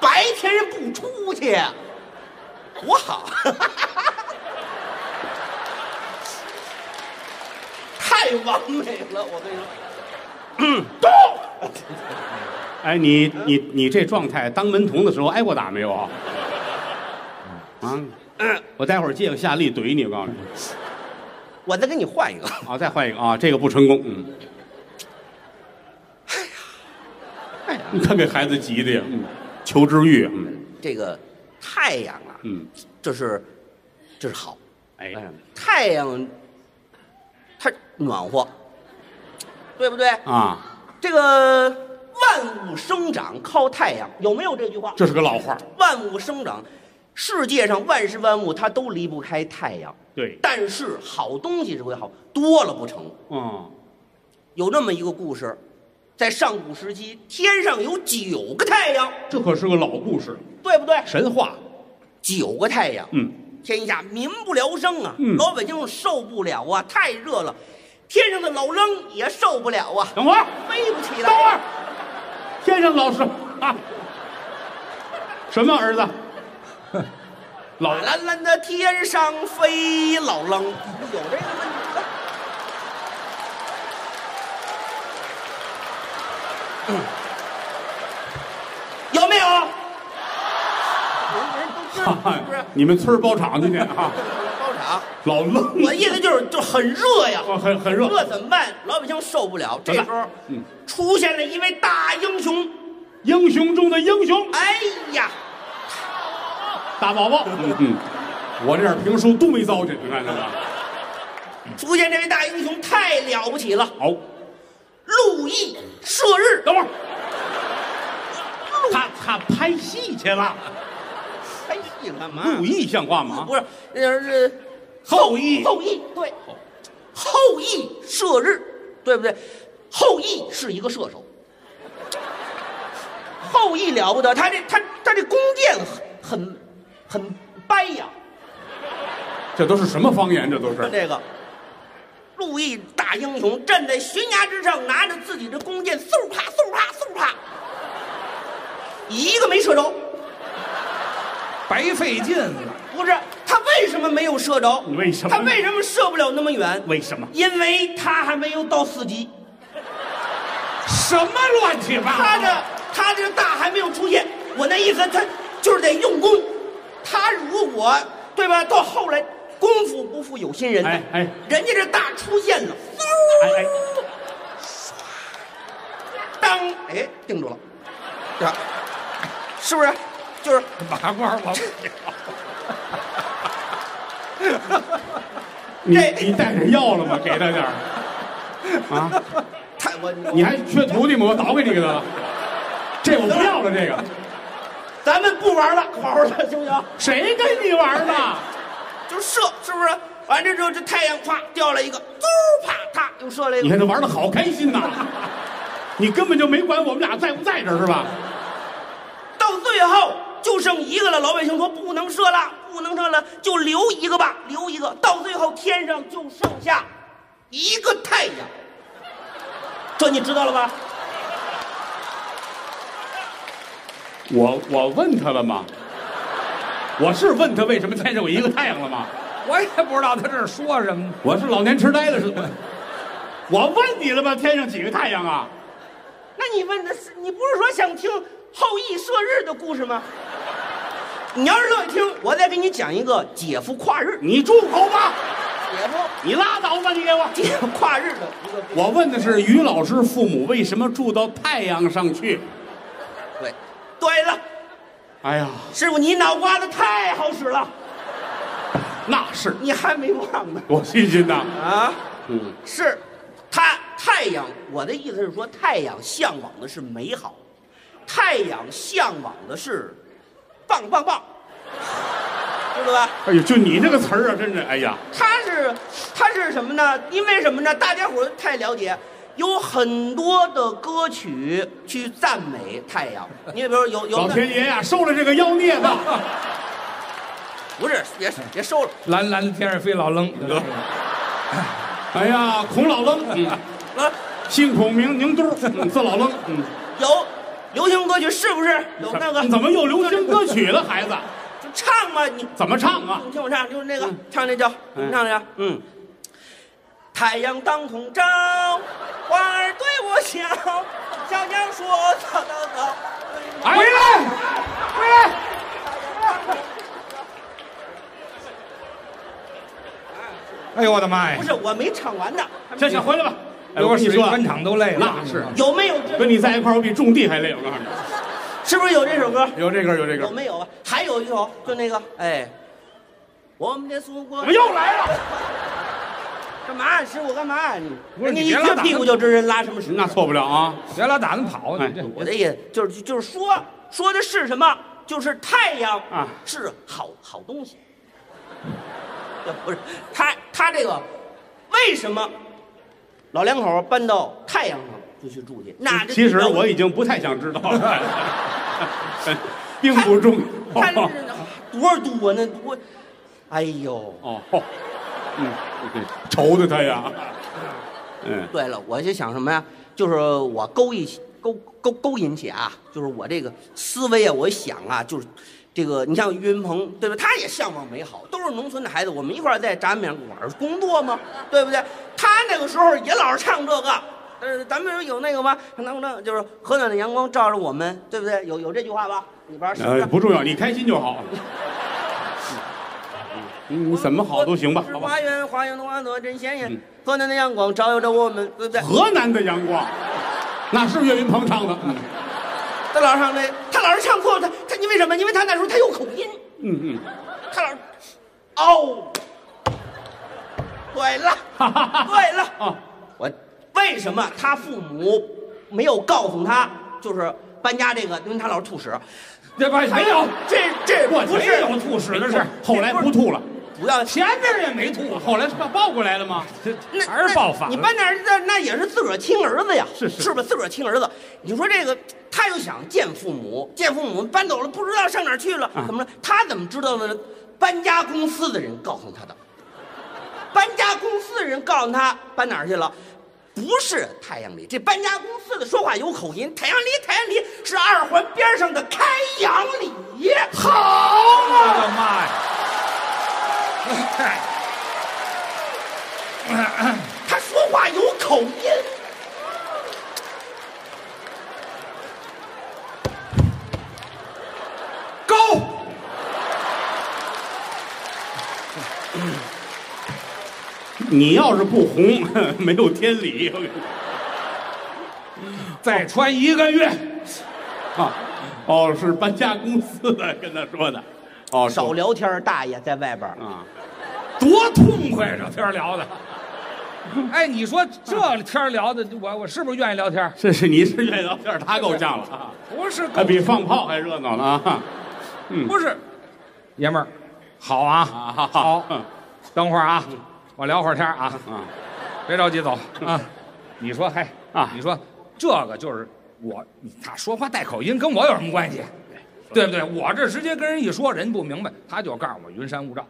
B: 白天人不出去，多好！太完美了，我跟你说。
C: 哎，你你你这状态，当门童的时候挨过打没有啊？啊，我待会儿借个夏利怼你，我告诉你。
B: 我再给你换一个。
C: 好，再换一个啊，这个不成功。嗯，
B: 哎呀，
C: 你看给孩子急的呀，嗯，求知欲，嗯
B: 这个太阳啊，
C: 嗯，
B: 这是这是好。
C: 哎，
B: 哎，太阳它暖和，对不对？
C: 啊，
B: 这个万物生长靠太阳，有没有这句话？
C: 这是个老话儿，
B: 万物生长，世界上万事万物它都离不开太阳。
C: 对，
B: 但是好东西是会好，多了不成。
C: 嗯，
B: 有那么一个故事，在上古时期，天上有九个太阳，
C: 这可是个老故事，
B: 对不对？
C: 神话，
B: 九个太阳，
C: 嗯，
B: 天下民不聊生啊，
C: 嗯
B: 老百姓受不了啊，太热了，天上的老扔也受不了啊，
C: 等会儿，
B: 飞不起
C: 等会
B: 来。
C: 儿，天上老师啊，什么儿子？ 老
B: 蓝蓝蓝的天上飞，老扔有这个问题。嗯有没有？
C: 哎
B: 人都知道是不是？
C: 你们村儿包场去去啊，
B: 包场。
C: 老愣，
B: 我的意思就是，就很热呀，
C: 哦很很热
B: 热怎么办？老百姓受不了。这
C: 怎
B: 时
C: 么办
B: 候
C: 嗯，
B: 出现了一位大英雄，
C: 英雄中的英雄，
B: 哎呀，
C: 大宝宝，嗯嗯，我这点评书都没糟践，你看见没？
B: 出现这位大英雄太了不起了，
C: 好，
B: 路易射日，
C: 等会儿，他他拍戏去了，
B: 拍戏干嘛
C: 故意像话吗？
B: 不是，那是
C: 后羿
B: 后羿对，后羿射日，对不对？后羿是一个射手，后羿了不得，他这他他这弓箭很很很掰呀、
C: 这都是什么方言？这都
B: 看
C: 是
B: 这个，路易大英雄站在悬崖之上，拿着自己的弓箭，嗖啪嗖啪嗖啪，一个没射着。
D: 白费劲了，
B: 不是他为什么没有射着？
C: 为什么
B: 他为什么射不了那么远？
C: 为什么？
B: 因为他还没有到四级，
D: 什么乱七八
B: 他
D: 糟的？
B: 的他这大还没有出现。我那意思，他就是得用功。他如果对吧，到后来功夫不负有心人呢
C: 哎哎
B: 人家这大出现了，
C: 哎哎，
B: 当哎定住了，对吧？是不是？就是
D: 麻瓜王
C: 你
B: 这
C: 你带着药了吗？给他点儿啊！
B: 太我
C: 你还缺徒弟吗？我倒给你给他了。这我不要了，这个
B: 咱们不玩了，好好的行不行？
C: 谁跟你玩呢？
B: 就射是不是？完这之后，这太阳啪掉了一个，嘟啪啪又射了一
C: 你
B: 个。
C: 看他玩的好开心呐！你根本就没管我们俩在不在这儿是吧？
B: 到最后就剩一个了，老百姓说不能射了，不能射了，就留一个吧，留一个。到最后天上就剩下一个太阳，这你知道了吧？
C: 我我问他了吗？我是问他为什么天上有一个太阳了吗？
D: 我也不知道他这是说什么。
C: 我是老年痴呆了是吗？我问你了吗？天上几个太阳啊？
B: 那你问的是你不是说想听后羿射日的故事吗？ 你要是乐意听，我再给你讲一个姐夫跨日，
C: 你住口吧！
B: 姐夫
C: 你拉倒吧！你给我。
B: 姐夫跨日的一个故事。
C: 我问的是于老师父母为什么住到太阳上去？
B: 对，对了，
C: 哎呀，
B: 师傅你脑瓜子太好使了，
C: 那是
B: 你还没忘呢
C: 我信心呐。
B: 啊！
C: 嗯，
B: 是，他太阳，我的意思是说，太阳向往的是美好， 太阳向往的是棒棒棒。知道吧？
C: 哎呦，就你这个词儿啊，真是，哎呀，
B: 他是他是什么呢？因为什么呢？大家伙儿太了解，有很多的歌曲去赞美太阳。你比如有有
C: 老天爷呀、收了这个妖孽吧！
B: 不是别别收了，
D: 蓝蓝天上飞老愣，
C: 哎呀，孔老愣，嗯，
B: 啊，
C: 姓孔名宁都，嗯，字老愣，嗯，
B: 有流行歌曲是不是有那个？
C: 怎么又流行歌曲了，孩子？
B: 就唱嘛？你
C: 怎么唱啊？
B: 你听我唱，就是那个唱那
C: 哎
B: 叫你唱那叫嗯，太阳当空照，花儿对我笑，小羊说走走走。
C: 哎呀，
D: 哎呦我的妈呀
B: 不！是，我没唱完呢。
C: 行行，回来吧。哎，
D: 有
C: 我跟你
D: 水
C: 说啊，
D: 专场都累了，
C: 那是
B: 有没有这？
C: 跟你在一块儿，我比种地还累。我告诉你，
B: 是不是有这首歌？
C: 有这歌，有这
B: 有
C: 歌，
B: 没有啊？还有一首，就那个，哎，我们的祖国
C: 怎么又来了？
B: 干嘛？师傅干嘛？你
D: 不是
B: 你
D: 你
B: 一
D: 别
B: 撅
D: 拉
B: 屁股就知人拉什么屎。
C: 那错不了啊！
D: 别老打算跑，你这
C: 哎
B: 我的意思就是就是说说的是什么？就是太阳
C: 啊
B: 是好好东西。 这不是他他这个为什么老两口搬到太阳上就去住去？那这
C: 其实
B: 地道
C: 我已经不太想知道了， 并不重
B: 看
C: 要
B: 着。多少度啊？那多，哎呦！
C: 哦，嗯，对，愁的他呀，嗯，
B: 对了，我就想什么呀？就是我勾一起勾勾勾引起啊，就是我这个思维啊，我想啊，就是这个，你像岳云鹏，对吧？他也向往美好，都是农村的孩子，我们一块儿在炸面馆工作嘛，对不对？他那个时候也老是唱这个。呃，咱们有那个吗？能不能就是和暖的阳光照着我们，对不对？有有这句话吧？里边是不是？
C: 呃，不重要，你开心就好。嗯你你怎么好都行吧，
B: 是
C: 好吧。嗯
B: 花园，花园的花朵真鲜艳，河南的阳光照耀着我们，对不对？
C: 河南的阳光，那是岳云鹏唱的。嗯
B: 他老是唱这，他老是唱错，他他因为什么？因为他那时候他有口音，
C: 嗯嗯，
B: 他老是哦，对了，对了，
C: 啊，
B: 我为什么他父母没有告诉他，就是搬家这个，因为他老是吐屎，
D: 这不没
C: 哎
D: 有，
B: 这这
C: 我
B: 哎不
C: 没
B: 是
C: 有吐屎的事儿，后来不吐了，
B: 主要
D: 前面也没吐，
C: 后来是抱过来了吗？
B: 那
D: 还是爆发
B: 那你搬那儿那那也是自个儿亲儿子呀，
C: 是是
B: 是吧？自个儿亲儿子，你说这个，他又想见父母，见父母搬走了，不知道上哪儿去了，怎么了？他怎么知道的呢？搬家公司的人告诉他的，搬家公司的人告诉他搬哪儿去了。不是太阳里，这搬家公司的说话有口音。太阳里，太阳里是二环边上的开阳里。好
D: 我
B: 啊！
D: 的妈呀！哎
B: 他说话有口音。
D: 高，
C: 你要是不红， 没有天理。我跟你说
D: 再穿一个月，
C: 啊， 哦，是搬家公司的跟他说的，哦，
B: 少
C: 说
B: 聊天，大爷在外边儿。
C: 啊，
D: 多痛快！这天儿聊的，哎，你说这天儿聊的，我我是不是愿意聊天儿？
C: 这是你是愿意聊天儿，他够呛了 啊，
D: 不是
C: 还
D: 狗，
C: 比放炮还热闹呢啊！
D: 不是，爷们儿，好啊，
C: 啊
D: 好，
C: 嗯
D: 等会儿啊，我聊会儿天儿啊，
C: 啊，
D: 别着急走啊。你说，嗨
C: 嗯啊
D: 你说这个就是我，他说话带口音，跟我有什么关系？对不对？我这直接跟人一说，人不明白，他就告诉我云山雾罩，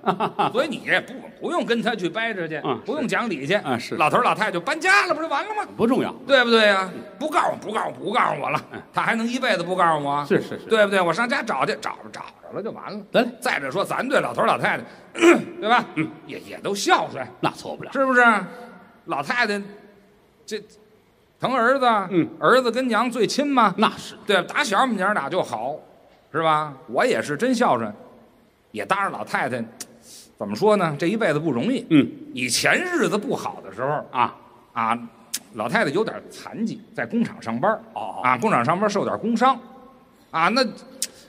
D: 所以你也不不用跟他去掰扯去，
C: 嗯
D: 不用讲理去。
C: 嗯是
D: 老头儿老太太就搬家了，不就完了吗？
C: 不重要，
D: 对不对呀、不告诉我，不告诉我，不告诉我了，他还能一辈子不告诉我？
C: 嗯是是是
D: 对不对？我上家找去，找着找着了就完了。
C: 得嘞
D: 再者说，咱对老头老太太， 对吧？嗯，也也都孝顺，
C: 那错不了。
D: 是不是？老太太，这疼儿子，
C: 嗯，
D: 儿子跟娘最亲嘛，
C: 那是
D: 对，打小我们娘俩就好，是吧？我也是真孝顺，也搭着老太太，怎么说呢？这一辈子不容易。
C: 嗯，
D: 以前日子不好的时候
C: 啊，
D: 啊，老太太有点残疾，在工厂上班儿
C: 哦
D: 啊，工厂上班儿受点工伤，啊，那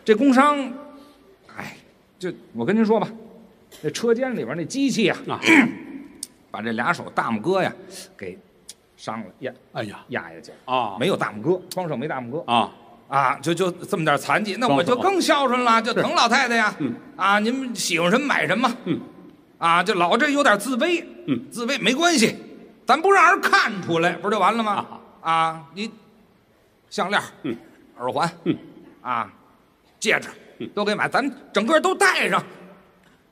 D: 这工伤，哎，就我跟您说吧，那车间里边那机器呀、
C: 啊
D: 把这俩手大拇哥呀给伤了，压
C: 哎呀
D: 压下去
C: 啊
D: 没有大拇哥，光手没大拇哥
C: 啊，
D: 啊，就就这么点残疾，那
C: 装
D: 我
C: 什么
D: 就更孝顺了，就疼老太太呀。啊，您们喜欢什么买什么。
C: 嗯，
D: 啊，这老这有点自卑。
C: 嗯，
D: 自卑没关系，咱不让人看出来，不就完了吗？啊，你项链，嗯，耳环，嗯，啊，戒指，
C: 嗯
D: 都给买，咱整个都戴上。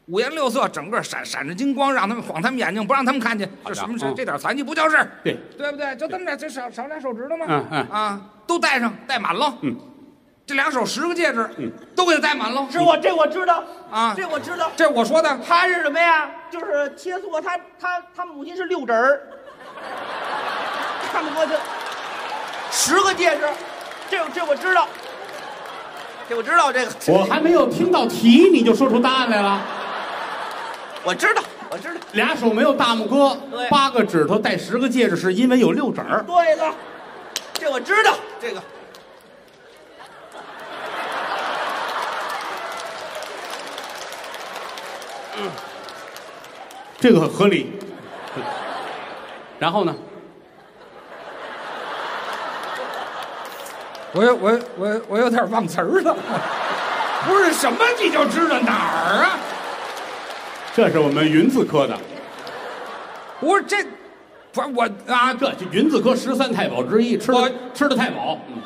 D: 五颜六色，整个闪闪着金光，让他们晃他们眼睛，不让他们看见。这什么事？
C: 嗯
D: 这点残疾不叫事儿
C: 对
D: 对不对？就这么点，就少少俩手指头嘛。
C: 嗯嗯
D: 啊，都戴上，戴满喽。
C: 嗯，
D: 这两手十个戒指，都给他戴满喽。
B: 是我这我知道
D: 啊
B: 这我知道。
D: 这我说的，
B: 他是什么呀？就是切磋他他他母亲是六侄儿，看不过去，十个戒指，这这我知道，这我知道这个，
C: 我还没有听到题，你就说出答案来了。
B: 我知道我知道。
C: 俩手没有大拇哥
B: 对，
C: 八个指头戴十个戒指，是因为有六指儿。
B: 对了，这我知道这个。
C: 这个很合理。 然后呢？
D: 我有我我我有点忘词儿了。 不是什么你就知道哪儿啊？
C: 这是我们云字科的，
D: 不是这，不是我啊，
C: 这就云字科十三太保之一，吃
D: 我
C: 的吃的太保。嗯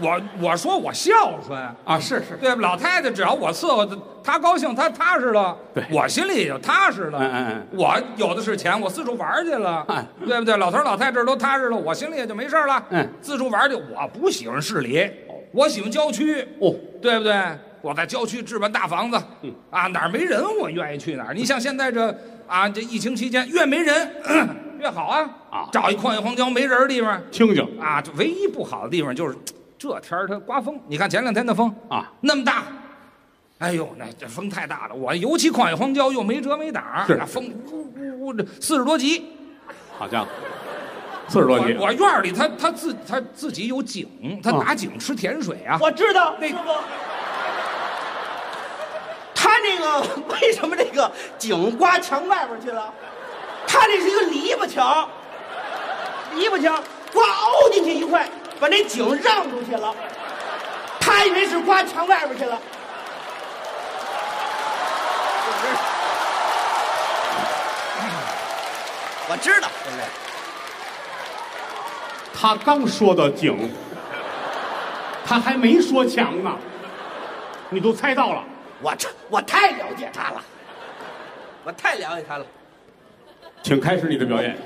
D: 我我说我孝顺，
C: 啊，是是，
D: 对吧？老太太只要我伺候她，她高兴，她踏实了，
C: 对
D: 我心里也就踏实了。
C: 嗯嗯
D: 我有的是钱，我四处玩儿去了，
C: 哎
D: 对不对？老头儿老太太这儿都踏实了，我心里也就没事儿了。
C: 嗯
D: 四处玩儿去，我不喜欢市里，我喜欢郊区，
C: 哦，
D: 对不对？我在郊区置办大房子，嗯啊，哪儿没人我愿意去哪儿。你像现在这啊，这疫情期间越没人 咳越好啊
C: 啊
D: 找一旷野荒郊没人儿的地方
C: 清静
D: 啊，这唯一不好的地方就是这天儿它刮风。你看前两天的风
C: 啊，
D: 那么大，哎呦，那这风太大了。我尤其旷野荒郊又没遮没挡儿，
C: 是
D: 那风呜呜呜，四十多级。
C: 好家伙，四十多
D: 我
C: 级，啊
D: 我院儿里他他自他自己有井，他打井吃甜水啊。
B: 我知道，
D: 那
B: 师傅。他那个为什么这个井刮墙外边去了？他这是一个篱笆墙，篱笆墙刮凹进去一块，把那井让出去了。他以为是刮墙外边去了。 我知道，对不对？
C: 他刚说到井，他还没说墙呢，你都猜到了。
B: 我这我太了解他了，我太了解他了。
C: 请开始你的表演。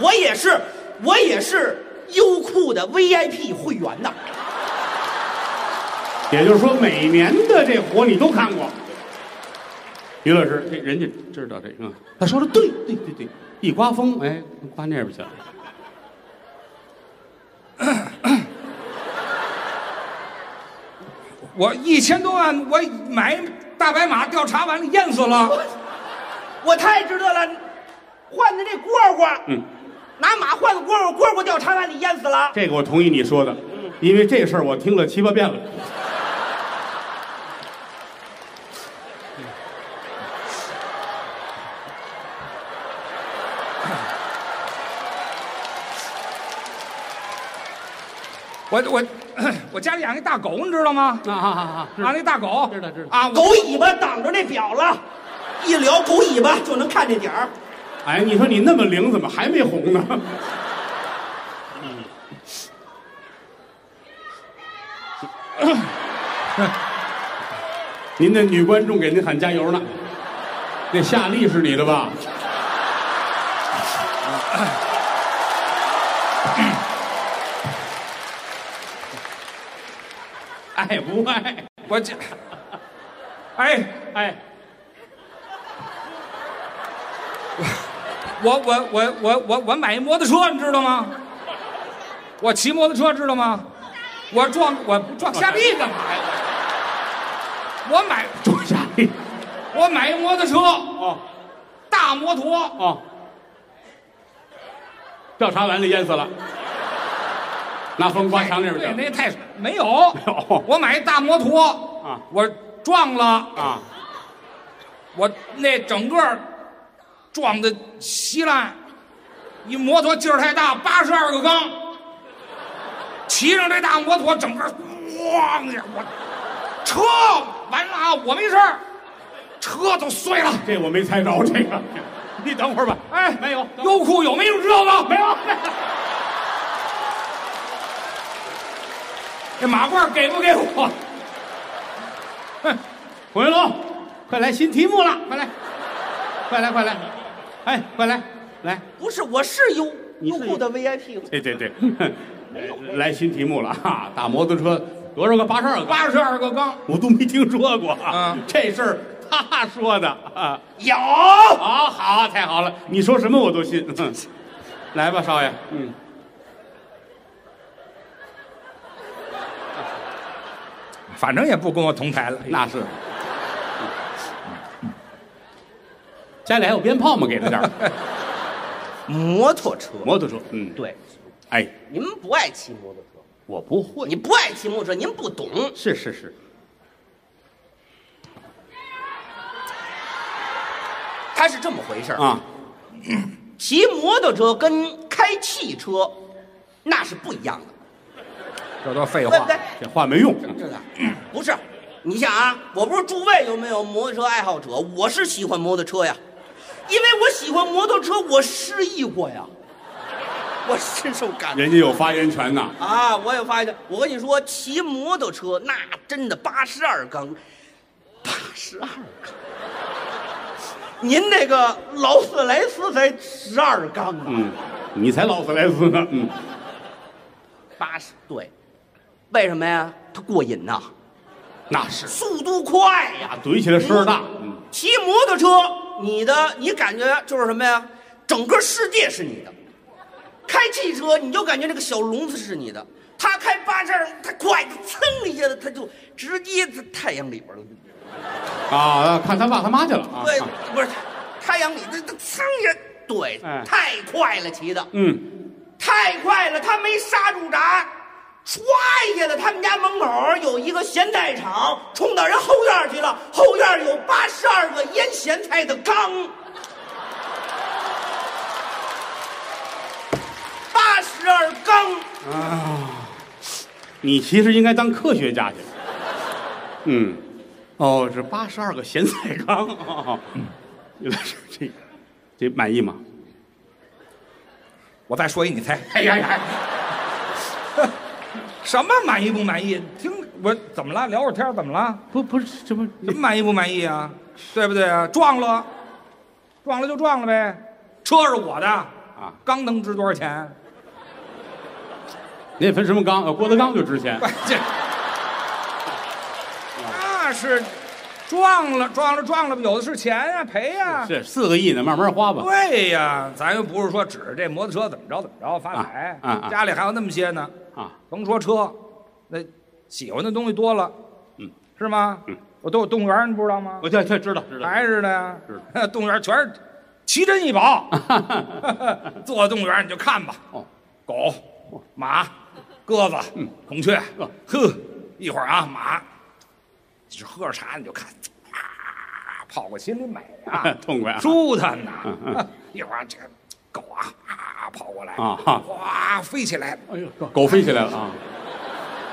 B: 我也是，我也是优酷的 VIP 会员呐。
C: 也就是说，每年的这活你都看过。于老师，这人家知道这个，嗯他说的对，对对对，一刮风，哎，刮那边去了。
D: 我一千多万，我买大白马调查完了淹死了。
B: 我太知道了，换的这蝈蝈，
C: 嗯，
B: 拿马换的蝈蝈，蝈蝈掉茶碗里淹死了。
C: 这个我同意你说的，因为这事儿我听了七八遍了。
D: 我我 我家里养一大狗，你知道吗？
C: 啊啊啊！
D: 啊，那大狗
C: 知道知道
D: 啊，我
B: 狗尾巴挡着那表了，一撩狗尾巴就能看见点儿。
C: 哎，你说你那么灵，怎么还没红呢？嗯 您的女观众给您喊加油呢，那夏利是你的吧？ 爱哎不爱？
D: 我这，哎，
C: 哎，
D: 我我我我我我买一摩托车，你知道吗？我骑摩托车，知道吗？我撞我撞瞎逼干嘛呀？我买
C: 朱夏利，
D: 我买一摩托车，
C: 哦
D: 大摩托，
C: 哦，调查完了淹死了，拿风刮墙那
D: 对，
C: 边去了。
D: 那太没有
C: 没有
D: 我买一大摩托
C: 啊
D: 我撞了。
C: 啊，
D: 我那整个儿撞的稀烂，一摩托劲儿太大，八十二个缸，骑上这大摩托，整个咣一下，我车完了啊，我没事儿车都碎了。
C: 这我没猜着这个。 你等会儿吧，哎，没有，
D: 优酷有没有这个？
C: 没有，
D: 这马褂给不给我？
C: 孔云龙，快来新题目了，快来，快来，快来，哎，快来，来，
B: 不是，我是优
C: 你是
B: 优酷的 VIP，
C: 对对对， 来新题目了哈，大摩托车多少个？八十二个，
D: 八十二个缸
C: 我都没听说过啊
D: 啊，
C: 这事儿他说的啊。
B: 有
C: 好好，太好了！你说什么我都信。嗯来吧，少爷，嗯，
D: 反正也不跟我同台了。
C: 那是。家里还有鞭炮吗？给他点 儿
B: 摩托车。
C: 摩托车，嗯，
B: 对，
C: 哎，
B: 您不爱骑摩托车，
C: 我不会。
B: 你不爱骑摩托车，您不懂。
C: 是是是，
B: 它是这么回事儿
C: 啊，
B: 骑摩托车跟开汽车那是不一样的，
D: 这都废
B: 对
D: 话
B: 不。对？
C: 这话没用。
B: 是的， 不是。你想啊，我不是诸位有没有摩托车爱好者？我是喜欢摩托车呀，因为我喜欢摩托车，我失忆过呀，我深受感动
C: 人家有发言权呐，
B: 啊！我也发现，我跟你说，骑摩托车那真的八十二缸，八十二缸，您那个劳斯莱斯才十二缸啊！
C: 嗯，你才劳斯莱斯呢，嗯，
B: 八十对，为什么呀？他过瘾呐、
C: 那是
B: 速度快呀、
C: 啊，怼起来声儿大，嗯，
B: 骑摩托车，你的你感觉就是什么呀？整个世界是你的。开汽车，你就感觉这个小笼子是你的。他开八十二，他快，噌一下子他就直接在太阳里边了。
C: 啊，看他爸他妈去了啊，
B: 对
C: 啊，
B: 不是太阳里，他他噌一下，对
C: 哎，
B: 太快了，骑的。
C: 嗯，
B: 太快了，他没刹住闸，唰一下子，他们家门口有一个咸菜厂，冲到人后院去了。后院有八十二个腌咸菜的缸，八十二缸，
C: 你其实应该当科学家去，嗯，哦，是八十二个咸菜缸，哦原来是这个，这满意吗？
D: 我再说一，你猜
C: 哎呀呀，
D: 什么满意不满意？听我怎么了？聊会儿天儿怎么了？
C: 不不是，这不
D: 什么满意不满意啊？对不对啊？撞了，撞了就撞了呗。车是我的啊，刚能值多少钱？
C: 你也分什么缸？呃，郭德纲就值钱
D: 不，这那是撞了，撞了，撞了，有的是钱呀、赔呀、
C: 是四个亿呢，慢慢花吧。
D: 对呀，咱又不是说指着这摩托车怎么着怎么着发财，
C: 啊啊啊
D: 家里还有那么些呢，
C: 啊，
D: 甭说车，那喜欢的东西多了，
C: 嗯，
D: 是吗？
C: 嗯，
D: 我都有动物园，你不知道吗？
C: 我这这知道知道。
D: 还是的呀
C: 知，
D: 动物园全是奇珍异 宝， 坐动物园你就看吧，
C: 哦，，
D: 狗、马、鸽子、孔雀，呵，一会儿啊，马，你是喝着茶你就看，啊，跑过心里美啊
C: 痛快啊
D: 舒坦呐、
C: 嗯嗯
D: 一会儿这个狗啊啊跑过来
C: 啊哈
D: 哇飞起来，
C: 哎呦，狗飞起来了啊！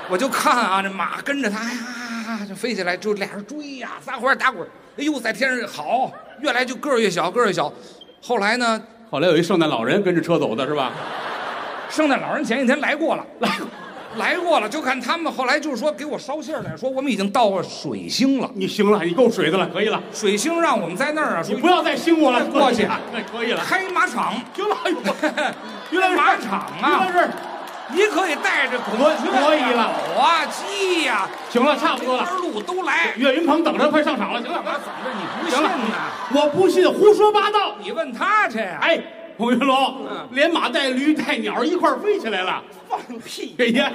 D: 我就看啊，这马跟着它呀，就飞起来，就俩人追呀、撒欢儿打滚儿，哎呦，在天上好，越来就个儿越小，个儿越小。后来呢，
C: 后来有一圣诞老人跟着车走的是吧？
D: 圣诞老人前一天来过了， 来来过了，就看他们后来就是说给我捎信儿来说，我们已经到了水星了，
C: 你行了，你够水的了，可以了，
D: 水星让我们在那儿啊，
C: 你
D: 说
C: 不要再兴我了，
D: 过去
C: 那可以了。
D: 开马场，
C: 行了，哎呦，原来是
D: 马场
C: 原
D: 啊，
C: 来是，
D: 你可以带着孔雀、
C: 可以了
D: 狗啊、鸡呀、
C: 行了，差不多
D: 这边
C: 了。
D: 路都来。
C: 岳云鹏等着快上场了，行
D: 干
C: 了，
D: 嘛嗓子你不
C: 行
D: 信
C: 了
D: 呢？，
C: 我不信，胡说八道。
D: 你问他去啊呀、
C: 哎，孔云龙
D: 嗯，
C: 连马带驴带鸟一块儿飞起来了。
B: 放屁，
C: 哎呀，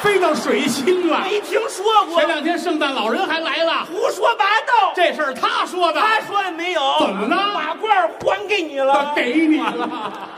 C: 飞到水星了。
B: 没听说过
C: 前，两天圣诞老人还来了，
B: 胡说八道，
C: 这事儿他说的，
B: 他说也没有，
C: 怎么了
B: 把罐儿还给你了，
C: 给你了。